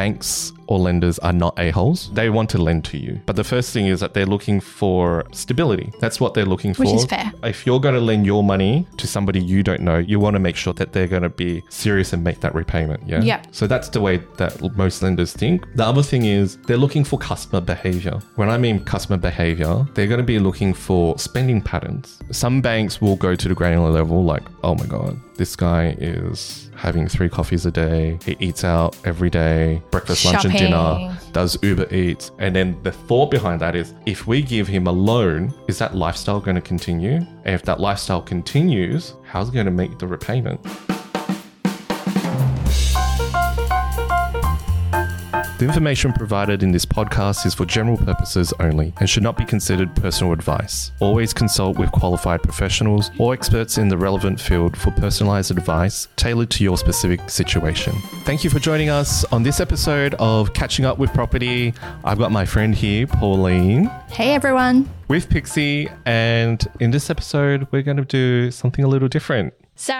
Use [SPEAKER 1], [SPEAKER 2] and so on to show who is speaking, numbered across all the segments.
[SPEAKER 1] banks or lenders are not a-holes. They want to lend to you. But the first thing is that they're looking for stability. That's what they're looking for.
[SPEAKER 2] Which is fair.
[SPEAKER 1] If you're going to lend your money to somebody you don't know, you want to make sure that they're going to be serious and make that repayment. Yeah.
[SPEAKER 2] Yeah.
[SPEAKER 1] So that's the way that l- most lenders think. The other thing is they're looking for customer behavior. When I mean customer behavior, they're going to be looking for spending patterns. Some banks will go to the granular level, like, oh my God, this guy is having three coffees a day. He eats out every day, breakfast, lunch, and
[SPEAKER 2] Shopping.
[SPEAKER 1] dinner does Uber Eats. And then the thought behind that is if we give him a loan, is that lifestyle going to continue? And if that lifestyle continues, how's he going to make the repayment? The information provided in this podcast is for general purposes only and should not be considered personal advice. Always consult with qualified professionals or experts in the relevant field for personalized advice tailored to your specific situation. Thank you for joining us on this episode of Catching Up with Property. I've got my friend here, Pauline,
[SPEAKER 2] Hey everyone.
[SPEAKER 1] with Pixie, and in this episode, we're going to do something a little different.
[SPEAKER 2] So,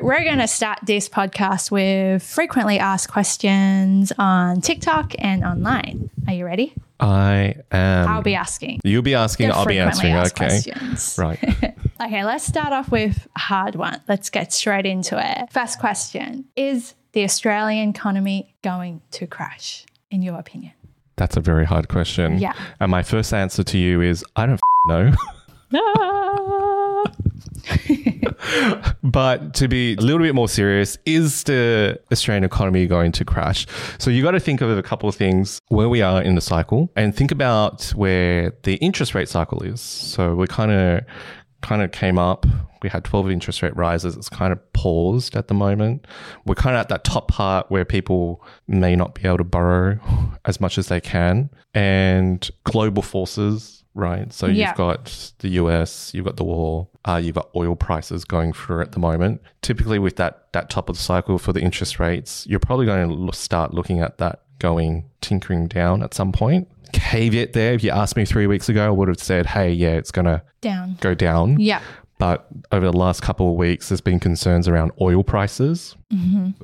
[SPEAKER 2] we're going to start this podcast with frequently asked questions on TikTok and online. Are you ready?
[SPEAKER 1] I am.
[SPEAKER 2] I'll be asking.
[SPEAKER 1] You'll be asking,
[SPEAKER 2] They're
[SPEAKER 1] I'll be
[SPEAKER 2] frequently
[SPEAKER 1] answering.
[SPEAKER 2] asked
[SPEAKER 1] Okay.
[SPEAKER 2] Questions.
[SPEAKER 1] Right.
[SPEAKER 2] Okay, let's start off with a hard one. Let's get straight into it. First question Is the Australian economy going to crash, in your opinion?
[SPEAKER 1] That's a very hard question.
[SPEAKER 2] Yeah.
[SPEAKER 1] And my first answer to you is I don't f- know.
[SPEAKER 2] No.
[SPEAKER 1] but to be a little bit more serious, is the Australian economy going to crash? So you got to think of a couple of things where we are in the cycle and think about where the interest rate cycle is. So we kind of kind of came up we had 12 interest rate rises it's kind of paused at the moment we're kind of at that top part where people may not be able to borrow as much as they can and global forces right so
[SPEAKER 2] Yeah.
[SPEAKER 1] you've got the US you've got the war uh, you've got oil prices going through at the moment typically with that that top of the cycle for the interest rates you're probably going to lo- start looking at that going tinkering down at some point caveat there if you asked me 3 weeks ago I would have said hey yeah it's going to
[SPEAKER 2] Down.
[SPEAKER 1] go down
[SPEAKER 2] Yeah.
[SPEAKER 1] but over the last couple of weeks, there's been concerns around oil prices,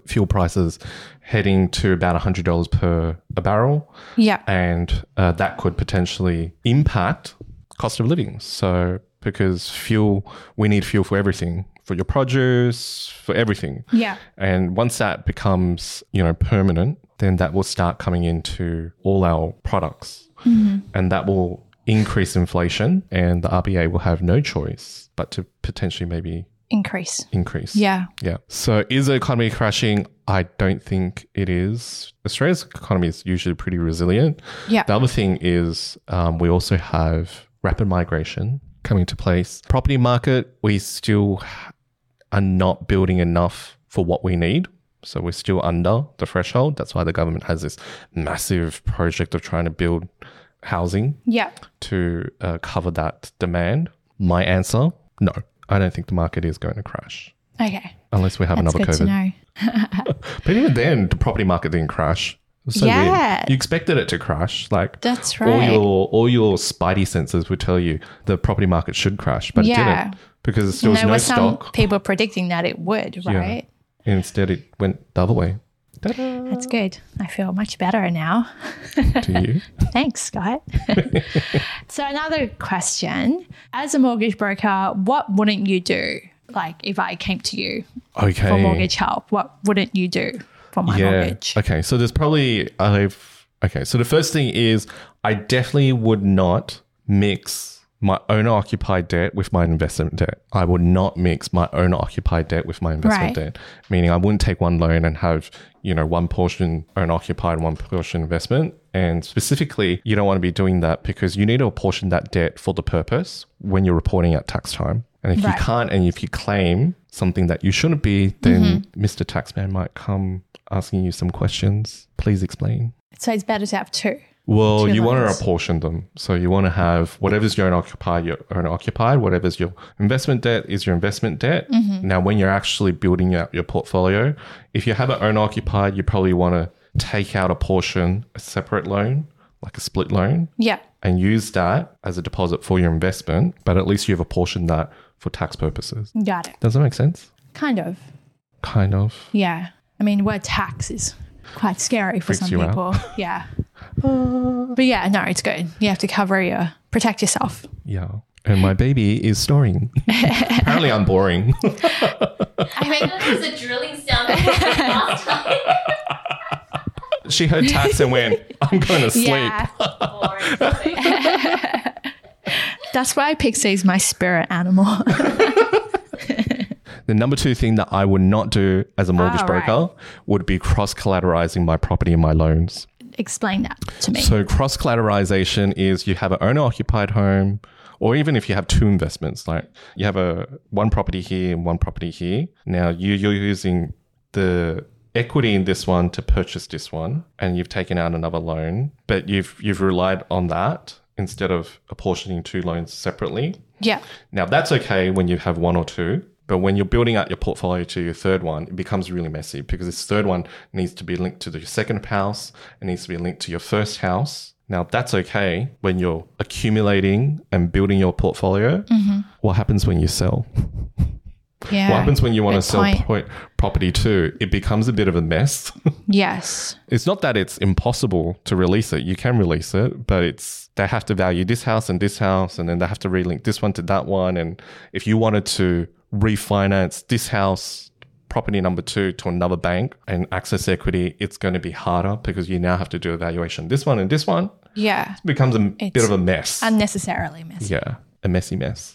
[SPEAKER 1] fuel prices heading to about $100 per a barrel.
[SPEAKER 2] Yeah.
[SPEAKER 1] And uh, that could potentially impact cost of living. So, because fuel, we need fuel for everything, for your produce, for everything.
[SPEAKER 2] Yeah.
[SPEAKER 1] And once that becomes, you know, permanent, then that will start coming into all our products.
[SPEAKER 2] Mm-hmm.
[SPEAKER 1] And that will increase inflation and the RBA will have no choice but to potentially maybe
[SPEAKER 2] Increase.
[SPEAKER 1] increase.
[SPEAKER 2] Yeah.
[SPEAKER 1] Yeah. So is the economy crashing? I don't think it is. Australia's economy is usually pretty resilient.
[SPEAKER 2] Yeah.
[SPEAKER 1] The other thing is um, we also have rapid migration coming to place. Property market, we still are not building enough for what we need. So we're still under the threshold. That's why the government has this massive project of trying to build housing
[SPEAKER 2] Yeah.
[SPEAKER 1] to uh, cover that demand. My answer no, I don't think the market is going to crash
[SPEAKER 2] Okay.
[SPEAKER 1] unless we have
[SPEAKER 2] That's
[SPEAKER 1] another
[SPEAKER 2] good to
[SPEAKER 1] COVID.
[SPEAKER 2] know.
[SPEAKER 1] But even then, the property market didn't crash. It was so weird.
[SPEAKER 2] Yeah.
[SPEAKER 1] You expected it to crash. Like,
[SPEAKER 2] That's
[SPEAKER 1] all
[SPEAKER 2] right.
[SPEAKER 1] your all your spidey senses would tell you the property market should crash, but
[SPEAKER 2] Yeah.
[SPEAKER 1] it didn't because there was
[SPEAKER 2] there
[SPEAKER 1] no
[SPEAKER 2] were some
[SPEAKER 1] stock.
[SPEAKER 2] people predicting that it would, right?
[SPEAKER 1] And instead, it went the other way. Ta-da
[SPEAKER 2] That's good. I feel much better now.
[SPEAKER 1] to you.
[SPEAKER 2] Thanks, Scott. so, another question As a mortgage broker, what wouldn't you do? Like, if I came to you
[SPEAKER 1] Okay.
[SPEAKER 2] for mortgage help, what wouldn't you do for my
[SPEAKER 1] yeah.
[SPEAKER 2] mortgage?
[SPEAKER 1] Okay. So there's probably I've okay. So the first thing is I definitely would not mix my owner occupied debt with my investment debt. I would not mix my owner occupied debt with my investment
[SPEAKER 2] Right.
[SPEAKER 1] debt. Meaning I wouldn't take one loan and have, you know, one portion owner occupied, one portion investment. And specifically, you don't want to be doing that because you need to apportion that debt for the purpose when you're reporting at tax time. And if
[SPEAKER 2] Right.
[SPEAKER 1] you can't and if you claim something that you shouldn't be, then Mr. Taxman might come asking you some questions. Please explain.
[SPEAKER 2] So, it's better to have two.
[SPEAKER 1] Well,
[SPEAKER 2] Two
[SPEAKER 1] you want
[SPEAKER 2] lines.
[SPEAKER 1] to apportion them. So you want to have whatever's your own occupied, your own occupied, whatever's your investment debt is your investment debt.
[SPEAKER 2] Mm-hmm.
[SPEAKER 1] Now, when you're actually building out your portfolio, if you have an own occupied, you probably want to take out a portion, a separate loan, like a split loan,
[SPEAKER 2] Yeah.
[SPEAKER 1] and use that as a deposit for your investment. But at least you've apportioned that for tax purposes.
[SPEAKER 2] Got it.
[SPEAKER 1] Does that make sense?
[SPEAKER 2] Kind of.
[SPEAKER 1] Kind of.
[SPEAKER 2] Yeah. I mean, we're taxes. quite scary for
[SPEAKER 1] Freaks
[SPEAKER 2] some
[SPEAKER 1] you out.
[SPEAKER 2] people. Yeah. but yeah, no, it's good. You have to cover your protect yourself.
[SPEAKER 1] Yeah. And my baby is snoring. Apparently, I'm boring.
[SPEAKER 2] I mean,
[SPEAKER 3] That was a drilling sound that was last time.
[SPEAKER 1] she heard taps and went, I'm going to sleep.
[SPEAKER 2] yeah,
[SPEAKER 3] Boring.
[SPEAKER 2] that's why Pixie's my spirit animal.
[SPEAKER 1] The number two thing that I would not do as a mortgage
[SPEAKER 2] Ah, right.
[SPEAKER 1] broker would be cross collateralizing my property and my loans.
[SPEAKER 2] Explain that to me.
[SPEAKER 1] So, cross collateralization is you have an owner occupied home, or even if you have two investments, like you have a one property here and one property here. Now you, you're using the equity in this one to purchase this one, and you've taken out another loan, but you've you've relied on that instead of apportioning two loans separately.
[SPEAKER 2] yeah.
[SPEAKER 1] Now that's okay when you have one or two, but when you're building out your portfolio to your third one, it becomes really messy because this third one needs to be linked to your second house, it needs to be linked to your first house. Now that's okay when you're accumulating and building your portfolio. What happens when you sell?
[SPEAKER 2] Mm-hmm. Yeah.
[SPEAKER 1] What happens when you want to
[SPEAKER 2] Good
[SPEAKER 1] sell
[SPEAKER 2] point.
[SPEAKER 1] point property too? It becomes a bit of a mess.
[SPEAKER 2] Yes.
[SPEAKER 1] It's not that it's impossible to release it. You can release it, but it's they have to value this house and this house, and then they have to relink this one to that one. And if you wanted to refinance this house property number two to another bank and access equity, it's going to be harder because you now have to do a valuation. This one and this one
[SPEAKER 2] Yeah.
[SPEAKER 1] It becomes a bit
[SPEAKER 2] It's-
[SPEAKER 1] of a mess.
[SPEAKER 2] Unnecessarily messy.
[SPEAKER 1] yeah, a messy mess.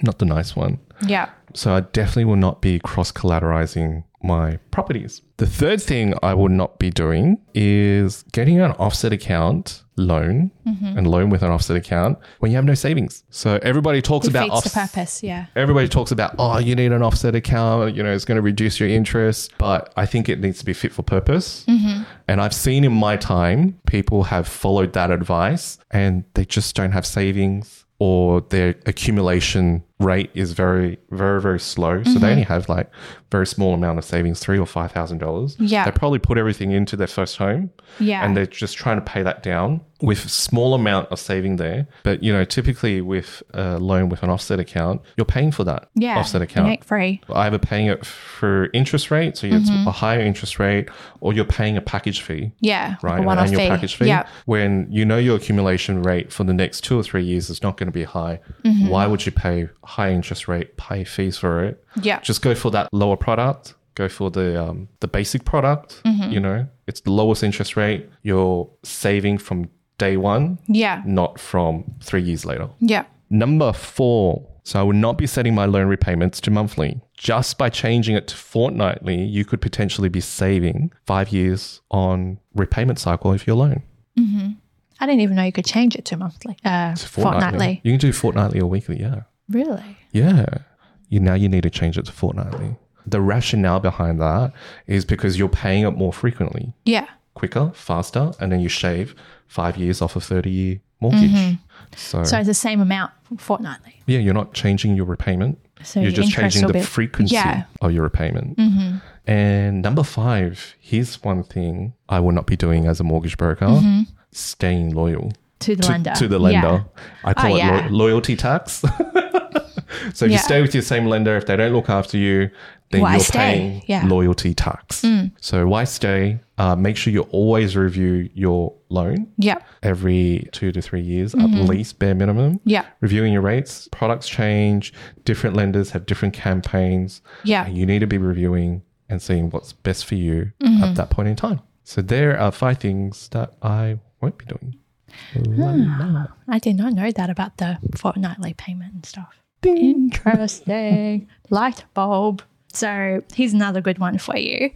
[SPEAKER 1] Not the nice one.
[SPEAKER 2] Yeah.
[SPEAKER 1] So I definitely will not be cross collateralizing my properties. The third thing I will not be doing is getting an offset account loan and loan with an offset account when you have no savings. So everybody talks about
[SPEAKER 2] Defeats the
[SPEAKER 1] offset.
[SPEAKER 2] purpose. Yeah.
[SPEAKER 1] Everybody talks about, oh, you need an offset account, you know, it's going to reduce your interest, but I think it needs to be fit for purpose. And I've seen in my time, people have followed that advice and they just don't have savings or their accumulation rate is very, very, very slow. So they only have like very small amount of savings, three or five thousand dollars.
[SPEAKER 2] Yeah.
[SPEAKER 1] They probably put everything into their first home
[SPEAKER 2] Yeah.
[SPEAKER 1] and they're just trying to pay that down with small amount of saving there. But you know, typically with a loan with an offset account, you're paying for that
[SPEAKER 2] yeah.
[SPEAKER 1] offset account.
[SPEAKER 2] Nick free.
[SPEAKER 1] Either paying it for interest rate, so it's
[SPEAKER 2] Mm-hmm.
[SPEAKER 1] a higher interest rate, or you're paying a package fee,
[SPEAKER 2] Yeah. like
[SPEAKER 1] right?
[SPEAKER 2] A
[SPEAKER 1] An
[SPEAKER 2] one-off
[SPEAKER 1] annual
[SPEAKER 2] fee.
[SPEAKER 1] package fee.
[SPEAKER 2] Yeah.
[SPEAKER 1] When you know your accumulation rate for the next two or three years is not going to be high,
[SPEAKER 2] Mm-hmm.
[SPEAKER 1] why would you pay high interest rate, pay fees for it?
[SPEAKER 2] Yeah.
[SPEAKER 1] just go for that lower product. Go for the um, the basic product.
[SPEAKER 2] Mm-hmm.
[SPEAKER 1] You know, it's the lowest interest rate. You're saving from day one,
[SPEAKER 2] Yeah.
[SPEAKER 1] not from three years later.
[SPEAKER 2] Yeah.
[SPEAKER 1] Number four. So I would not be setting my loan repayments to monthly. Just by changing it to fortnightly, you could potentially be saving five years on repayment cycle of your loan.
[SPEAKER 2] I didn't even know you could change it to monthly. Uh, fortnightly.
[SPEAKER 1] You can do fortnightly or weekly. Yeah.
[SPEAKER 2] Really?
[SPEAKER 1] Yeah. You now you need to change it to fortnightly. The rationale behind that is because you're paying it more frequently,
[SPEAKER 2] Yeah.
[SPEAKER 1] quicker, faster, and then you shave five years off a 30 year mortgage. So,
[SPEAKER 2] Mm-hmm. So it's the same amount fortnightly.
[SPEAKER 1] yeah, you're not changing your repayment.
[SPEAKER 2] So
[SPEAKER 1] you're
[SPEAKER 2] your
[SPEAKER 1] just
[SPEAKER 2] interest
[SPEAKER 1] changing
[SPEAKER 2] will
[SPEAKER 1] the
[SPEAKER 2] be-
[SPEAKER 1] frequency
[SPEAKER 2] Yeah. Mm-hmm.
[SPEAKER 1] of your repayment. And number five, here's one thing I will not be doing as a mortgage broker
[SPEAKER 2] Mm-hmm.
[SPEAKER 1] staying loyal.
[SPEAKER 2] To the lender.
[SPEAKER 1] To the
[SPEAKER 2] Yeah.
[SPEAKER 1] lender. I call
[SPEAKER 2] Oh,
[SPEAKER 1] it
[SPEAKER 2] yeah.
[SPEAKER 1] lo- loyalty tax. so if
[SPEAKER 2] Yeah.
[SPEAKER 1] you stay with your same lender, if they don't look after you, then
[SPEAKER 2] Why
[SPEAKER 1] you're
[SPEAKER 2] stay?
[SPEAKER 1] paying
[SPEAKER 2] Yeah. Mm.
[SPEAKER 1] loyalty tax. So why stay? Uh, make sure you always review your loan
[SPEAKER 2] Yeah.
[SPEAKER 1] every two to three years, at least bare minimum.
[SPEAKER 2] Mm-hmm. Yeah.
[SPEAKER 1] Reviewing your rates, products change, different lenders have different campaigns.
[SPEAKER 2] Yeah.
[SPEAKER 1] And you need to be reviewing and seeing what's best for you
[SPEAKER 2] Mm-hmm.
[SPEAKER 1] at that point in time. So there are five things that I won't be doing. La la.
[SPEAKER 2] I did not know that about the fortnightly payment and stuff. Interesting. Light bulb. So here's another good one for you.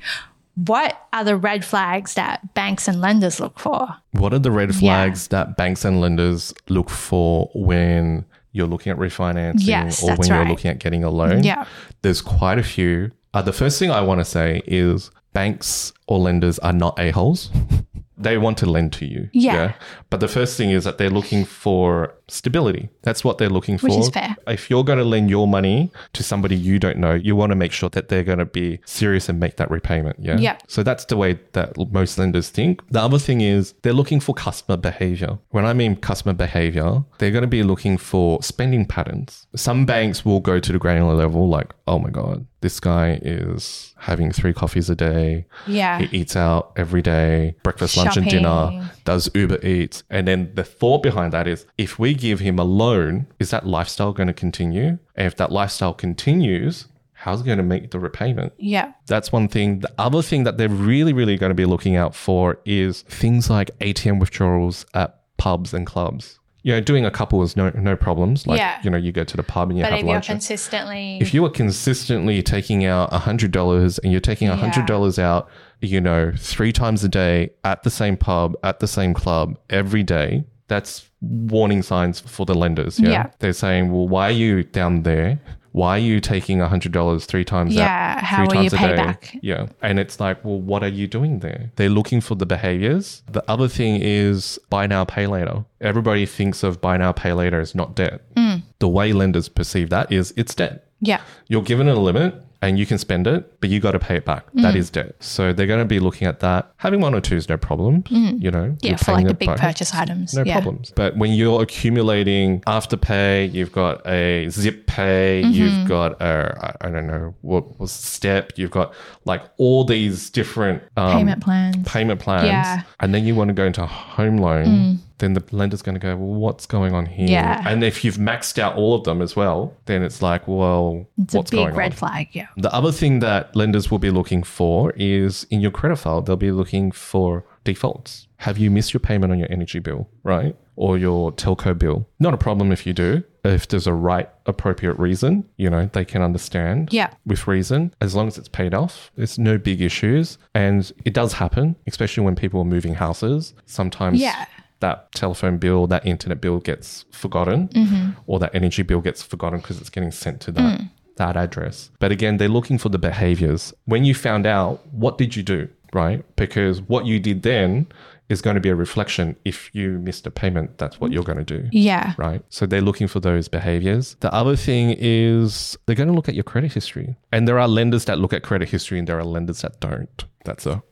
[SPEAKER 2] What are the red flags that banks and lenders look for?
[SPEAKER 1] What are the red flags that banks and lenders look for when you're looking at refinancing
[SPEAKER 2] Yes,
[SPEAKER 1] or when
[SPEAKER 2] that's
[SPEAKER 1] you're
[SPEAKER 2] right.
[SPEAKER 1] looking at getting a loan?
[SPEAKER 2] Yeah.
[SPEAKER 1] There's quite a few. Uh, the first thing I want to say is banks or lenders are not a-holes. they want to lend to you.
[SPEAKER 2] Yeah.
[SPEAKER 1] But the first thing is that they're looking for stability. That's what they're looking for.
[SPEAKER 2] Which is fair.
[SPEAKER 1] If you're going to lend your money to somebody you don't know, you want to make sure that they're going to be serious and make that repayment. Yeah.
[SPEAKER 2] Yeah.
[SPEAKER 1] So that's the way that most lenders think. The other thing is they're looking for customer behavior. When I mean customer behavior, they're going to be looking for spending patterns. Some banks will go to the granular level, like, oh my God, this guy is having three coffees a day.
[SPEAKER 2] Yeah.
[SPEAKER 1] He eats out every day, breakfast, lunch, and dinner,
[SPEAKER 2] Shopping.
[SPEAKER 1] does Uber Eats. And then the thought behind that is if we give him a loan, is that lifestyle going to continue? And if that lifestyle continues, how's he going to make the repayment?
[SPEAKER 2] Yeah.
[SPEAKER 1] That's one thing. The other thing that they're really, really going to be looking out for is things like ATM withdrawals at pubs and clubs. You know, doing a couple is no no problems. Like
[SPEAKER 2] Yeah.
[SPEAKER 1] you know, you go to the pub and you
[SPEAKER 2] But
[SPEAKER 1] have
[SPEAKER 2] if you're
[SPEAKER 1] lunch.
[SPEAKER 2] consistently
[SPEAKER 1] if you are consistently taking out hundred dollars and you're taking hundred dollars out, you know, three times a day at the same pub at the same club every day, that's warning signs for the lenders. Yeah,
[SPEAKER 2] Yeah.
[SPEAKER 1] they're saying, well, why are you down there? Why are you taking hundred dollars three times out
[SPEAKER 2] Yeah, how
[SPEAKER 1] three
[SPEAKER 2] will you
[SPEAKER 1] times a
[SPEAKER 2] pay
[SPEAKER 1] day.
[SPEAKER 2] back?
[SPEAKER 1] Yeah. And it's like, well, what are you doing there? They're looking for the behaviors. The other thing is buy now, pay later. Everybody thinks of buy now, pay later as not debt.
[SPEAKER 2] Mm.
[SPEAKER 1] The way lenders perceive that is it's debt.
[SPEAKER 2] Yeah.
[SPEAKER 1] You're given a limit and you can spend it, but you got to pay it back.
[SPEAKER 2] Mm.
[SPEAKER 1] That is debt. So they're going to be looking at that. Having one or two is no problem. You know,
[SPEAKER 2] Mm. Yeah,
[SPEAKER 1] you're
[SPEAKER 2] for
[SPEAKER 1] paying
[SPEAKER 2] like the
[SPEAKER 1] it
[SPEAKER 2] big
[SPEAKER 1] back.
[SPEAKER 2] purchase items.
[SPEAKER 1] No
[SPEAKER 2] yeah.
[SPEAKER 1] problems. But when you're accumulating Afterpay, you've got a Zip Pay,
[SPEAKER 2] Mm-hmm.
[SPEAKER 1] you've got a I I don't know what was Step, you've got like all these different um,
[SPEAKER 2] Payment plans.
[SPEAKER 1] payment plans,
[SPEAKER 2] Yeah. Mm.
[SPEAKER 1] and then you want to go into a home loan. Then the lender's going to go, well, what's going on here?
[SPEAKER 2] Yeah.
[SPEAKER 1] And if you've maxed out all of them as well, then it's like, well,
[SPEAKER 2] It's
[SPEAKER 1] what's
[SPEAKER 2] a
[SPEAKER 1] going
[SPEAKER 2] big
[SPEAKER 1] on?
[SPEAKER 2] red flag. Yeah.
[SPEAKER 1] The other thing that lenders will be looking for is in your credit file, they'll be looking for defaults. Have you missed your payment on your energy bill, right? Or your telco bill? Not a problem if you do. If there's a right, appropriate reason, you know, they can understand
[SPEAKER 2] Yeah.
[SPEAKER 1] with reason, as long as it's paid off, it's no big issues. And it does happen, especially when people are moving houses. Sometimes
[SPEAKER 2] Yeah.
[SPEAKER 1] that telephone bill, that internet bill gets forgotten, or that energy bill gets forgotten because it's getting sent to that. That address. But again, they're looking for the behaviors. When you found out, what did you do? Right? Because what you did then is going to be a reflection. If you missed a payment, that's what you're going to do
[SPEAKER 2] Yeah.
[SPEAKER 1] right? So they're looking for those behaviors. The other thing is they're going to look at your credit history. And there are lenders that look at credit history and there are lenders that don't. That's a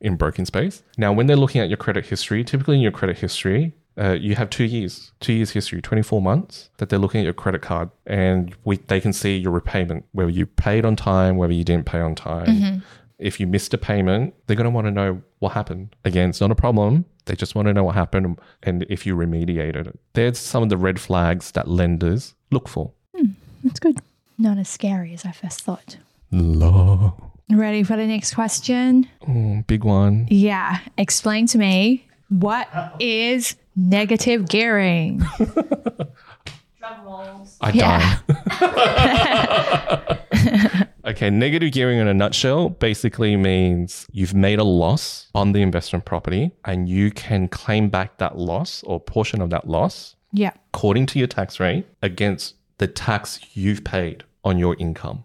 [SPEAKER 1] in broken space. Now, when they're looking at your credit history, typically in your credit history, uh, you have two years, two years history, 24 months that they're looking at your credit card and we, they can see your repayment, whether you paid on time, whether you didn't pay on time. If you missed a payment, they're going to want to know what happened. Again, it's not a problem. They just want to know what happened and if you remediated it. There's some of the red flags that lenders look for.
[SPEAKER 2] That's good. Not as scary as I first thought.
[SPEAKER 1] Law.
[SPEAKER 2] Ready for the next question?
[SPEAKER 1] Mm, Big one.
[SPEAKER 2] Yeah. Explain to me what is negative gearing?
[SPEAKER 3] Drum rolls.
[SPEAKER 1] I
[SPEAKER 2] Yeah.
[SPEAKER 1] die. Okay, negative gearing in a nutshell basically means you've made a loss on the investment property and you can claim back that loss or portion of that loss
[SPEAKER 2] Yeah.
[SPEAKER 1] according to your tax rate against the tax you've paid on your income.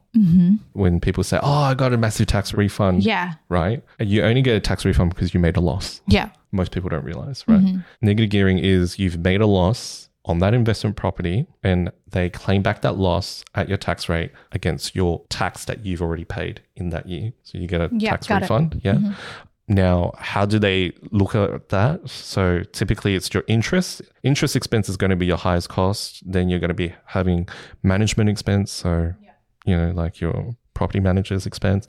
[SPEAKER 1] When people say, Oh, I got a massive tax refund,
[SPEAKER 2] Yeah.
[SPEAKER 1] right? And you only get a tax refund because you made a loss.
[SPEAKER 2] Yeah.
[SPEAKER 1] Most people don't realize, right?
[SPEAKER 2] Mm-hmm.
[SPEAKER 1] Negative gearing is you've made a loss on that investment property and they claim back that loss at your tax rate against your tax that you've already paid in that year. So you get a
[SPEAKER 2] Yeah,
[SPEAKER 1] tax
[SPEAKER 2] got it. Mm-hmm.
[SPEAKER 1] refund. Yeah. Now, how do they look at that? So typically it's your interest. Interest expense is going to be your highest cost. Then you're going to be having management expense. So, you know, like your property manager's expense.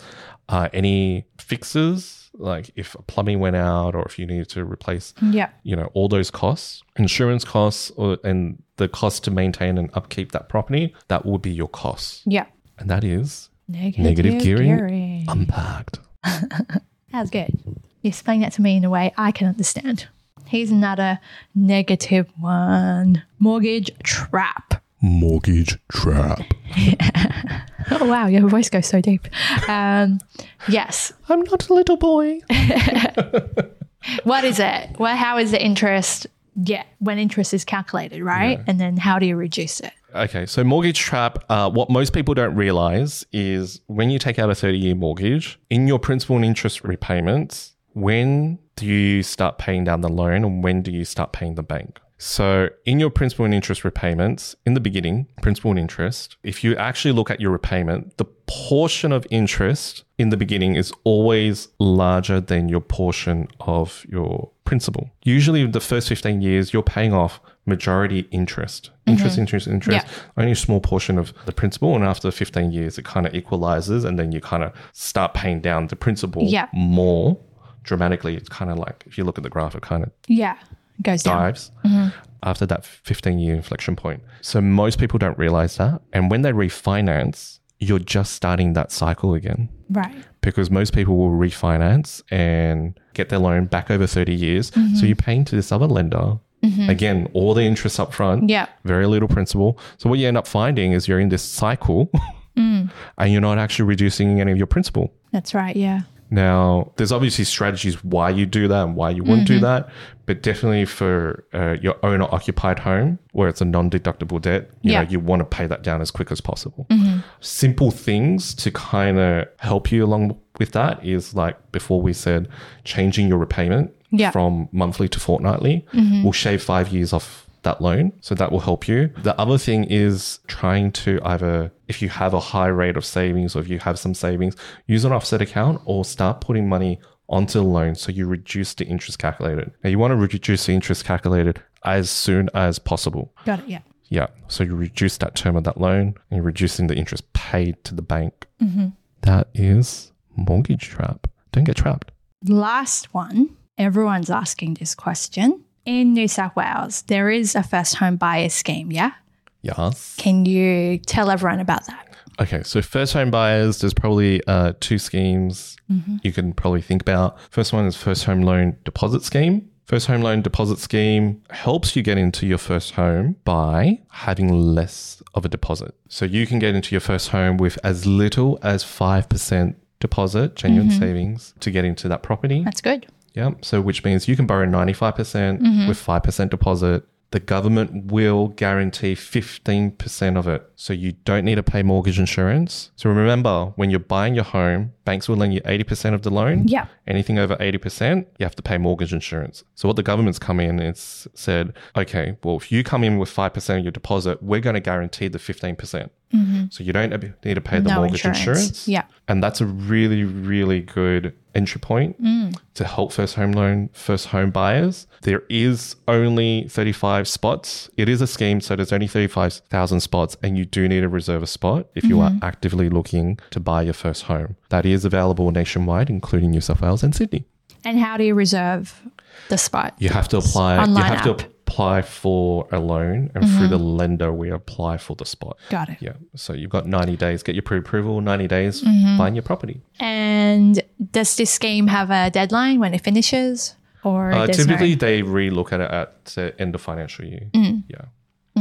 [SPEAKER 1] Uh, any fixes, like if plumbing went out or if you needed to replace
[SPEAKER 2] Yeah.
[SPEAKER 1] you know all those costs insurance costs or, and the cost to maintain and upkeep that property that would be your costs
[SPEAKER 2] Yeah.
[SPEAKER 1] and that is
[SPEAKER 2] Negative,
[SPEAKER 1] Negative gearing.
[SPEAKER 2] gearing.
[SPEAKER 1] unpacked
[SPEAKER 2] That's good. You explain that to me in a way I can understand. Here's another negative one mortgage trap.
[SPEAKER 1] mortgage trap
[SPEAKER 2] Oh, wow. Your voice goes so deep. Um, yes.
[SPEAKER 1] i'm not a little boy
[SPEAKER 2] What is it? Well, how is the interest? Yeah. When interest is calculated, right? And then how do you reduce it?
[SPEAKER 1] okay so mortgage trap uh, what most people don't realize is when you take out a 30 year mortgage in your principal and interest repayments when do you start paying down the loan and when do you start paying the bank So, in your principal and interest repayments, in the beginning, principal and interest, if you actually look at your repayment, the portion of interest in the beginning is always larger than your portion of your principal. Usually, the first 15 years, you're paying off majority interest,
[SPEAKER 2] Mm-hmm.
[SPEAKER 1] interest, interest, interest, only a small portion of the principal. And after 15 years, it kind of equalizes and then you kind of start paying down the principal
[SPEAKER 2] Yeah.
[SPEAKER 1] more dramatically. It's kind of like, if you look at the graph, it kind of
[SPEAKER 2] Yeah. Mm-hmm. It goes down.
[SPEAKER 1] dives after that 15 year inflection point. So most people don't realize that. And when they refinance, you're just starting that cycle again
[SPEAKER 2] Right.
[SPEAKER 1] because most people will refinance and get their loan back over 30 years. So you're paying to this other lender. Again, all the interest up front,
[SPEAKER 2] Yeah.
[SPEAKER 1] very little principal. So what you end up finding is you're in this cycle and you're not actually reducing any of your principal.
[SPEAKER 2] That's right. Yeah.
[SPEAKER 1] Now, there's obviously strategies why you do that and why you wouldn't do that, but definitely for uh, your owner occupied home where it's a non deductible debt, you
[SPEAKER 2] Yeah.
[SPEAKER 1] know, you want to pay that down as quick as possible. Simple things to kind of help you along with that is like before we said, changing your repayment
[SPEAKER 2] Yeah.
[SPEAKER 1] from monthly to fortnightly will shave five years off that loan. So that will help you. The other thing is trying to either, if you have a high rate of savings or if you have some savings, use an offset account or start putting money onto the loan so you reduce the interest calculated. Now, you want to reduce the interest calculated as soon as possible.
[SPEAKER 2] Got it. Yeah.
[SPEAKER 1] Yeah. So you reduce that term of that loan and you're reducing the interest paid to the bank. That is mortgage trap. Don't get trapped.
[SPEAKER 2] Last one. Everyone's asking this question. In New South Wales, there is a first home buyer scheme. Yeah.
[SPEAKER 1] Yes.
[SPEAKER 2] Can you tell everyone about that?
[SPEAKER 1] Okay, so first home buyers, there's probably uh, two schemes you can probably think about. First one is first home loan deposit scheme. First home loan deposit scheme helps you get into your first home by having less of a deposit. So you can get into your first home with as little as 5% deposit, genuine savings, to get into that property.
[SPEAKER 2] That's good.
[SPEAKER 1] Yeah. So, which means you can borrow 95% percent with 5% deposit. The government will guarantee 15% of it. So, you don't need to pay mortgage insurance. So, remember, when you're buying your home, banks will lend you 80% of the loan.
[SPEAKER 2] Yeah.
[SPEAKER 1] Anything over 80%, you have to pay mortgage insurance. So, what the government's come in is said, okay, well, if you come in with 5% of your deposit, we're going to guarantee the 15%. percent So, you don't need to pay the
[SPEAKER 2] No
[SPEAKER 1] mortgage
[SPEAKER 2] insurance.
[SPEAKER 1] insurance.
[SPEAKER 2] Yeah.
[SPEAKER 1] And that's a really, really good entry point
[SPEAKER 2] Mm.
[SPEAKER 1] to help first home loan, first home buyers. There is only 35 spots. It is a scheme, so there's only 35,000 spots, and you do need to reserve a spot if you
[SPEAKER 2] Mm-hmm.
[SPEAKER 1] are actively looking to buy your first home. That is available nationwide, including New South Wales and Sydney.
[SPEAKER 2] And how do you reserve the spot?
[SPEAKER 1] You have to apply.
[SPEAKER 2] Online
[SPEAKER 1] you have
[SPEAKER 2] app.
[SPEAKER 1] to apply for a loan, and through the lender, we apply for the spot.
[SPEAKER 2] Mm-hmm. Got it.
[SPEAKER 1] Yeah. So you've got 90 days. Get your pre-approval. 90 days.
[SPEAKER 2] Mm-hmm.
[SPEAKER 1] Find your property.
[SPEAKER 2] And does this scheme have a deadline when it finishes? Or
[SPEAKER 1] Uh,
[SPEAKER 2] there's no-
[SPEAKER 1] typically, they relook at it at the end of financial year. Yeah.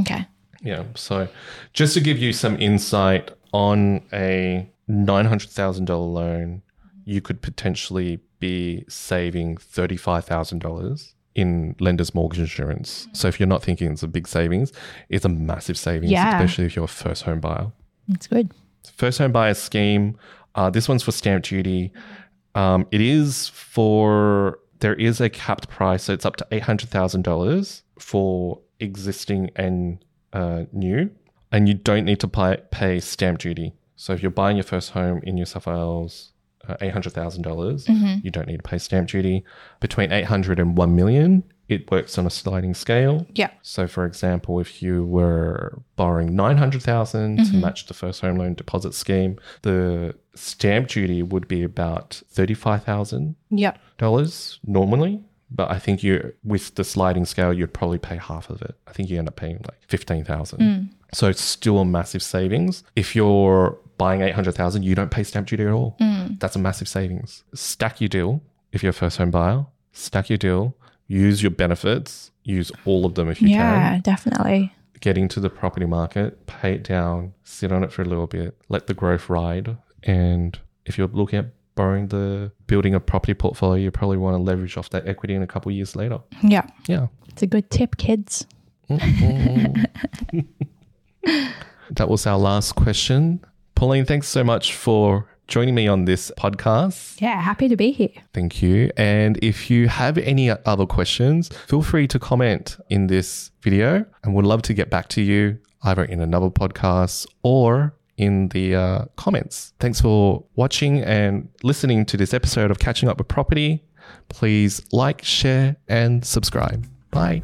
[SPEAKER 2] okay.
[SPEAKER 1] Yeah. So, just to give you some insight on a $900,000 loan, you could potentially be saving $35,000 in lender's mortgage insurance. So, if you're not thinking it's a big savings, it's a massive savings,
[SPEAKER 2] Yeah.
[SPEAKER 1] especially if you're a first home buyer.
[SPEAKER 2] That's good.
[SPEAKER 1] First home buyer scheme. Uh, this one's for stamp duty. Um, it is for there is a capped price, so it's up to eight hundred thousand dollars for existing and uh, new, and you don't need to pay, pay stamp duty. So if you're buying your first home in New South Wales, uh, eight dollars, you don't need to pay stamp duty. Between eight hundred and one million, it works on a sliding scale.
[SPEAKER 2] Yeah.
[SPEAKER 1] So, for example, if you were borrowing nine hundred to match the first home loan deposit scheme, the stamp duty would be about thirty five thousand
[SPEAKER 2] Yeah.
[SPEAKER 1] dollars normally. But I think you, with the sliding scale, you'd probably pay half of it. I think you end up paying like fifteen thousand. So it's still a massive savings. If you're buying eight hundred thousand, you don't pay stamp duty at
[SPEAKER 2] Mm.
[SPEAKER 1] all. That's a massive savings. Stack your deal if you're a first home buyer. Stack your deal. Use your benefits. Use all of them if you can
[SPEAKER 2] yeah, definitely.
[SPEAKER 1] get into the property market, pay it down, sit on it for a little bit, let the growth ride. And if you're looking at borrowing the building a property portfolio, you probably want to leverage off that equity in a couple of years later.
[SPEAKER 2] Yeah.
[SPEAKER 1] Yeah.
[SPEAKER 2] It's a good tip, kids.
[SPEAKER 1] That was our last question. Pauline, thanks so much for joining me on this podcast.
[SPEAKER 2] Yeah, happy to be here.
[SPEAKER 1] Thank you. And if you have any other questions, feel free to comment in this video and we'd love to get back to you either in another podcast or in the uh, comments. Thanks for watching and listening to this episode of Catching Up with Property. Please like, share, and subscribe. Bye.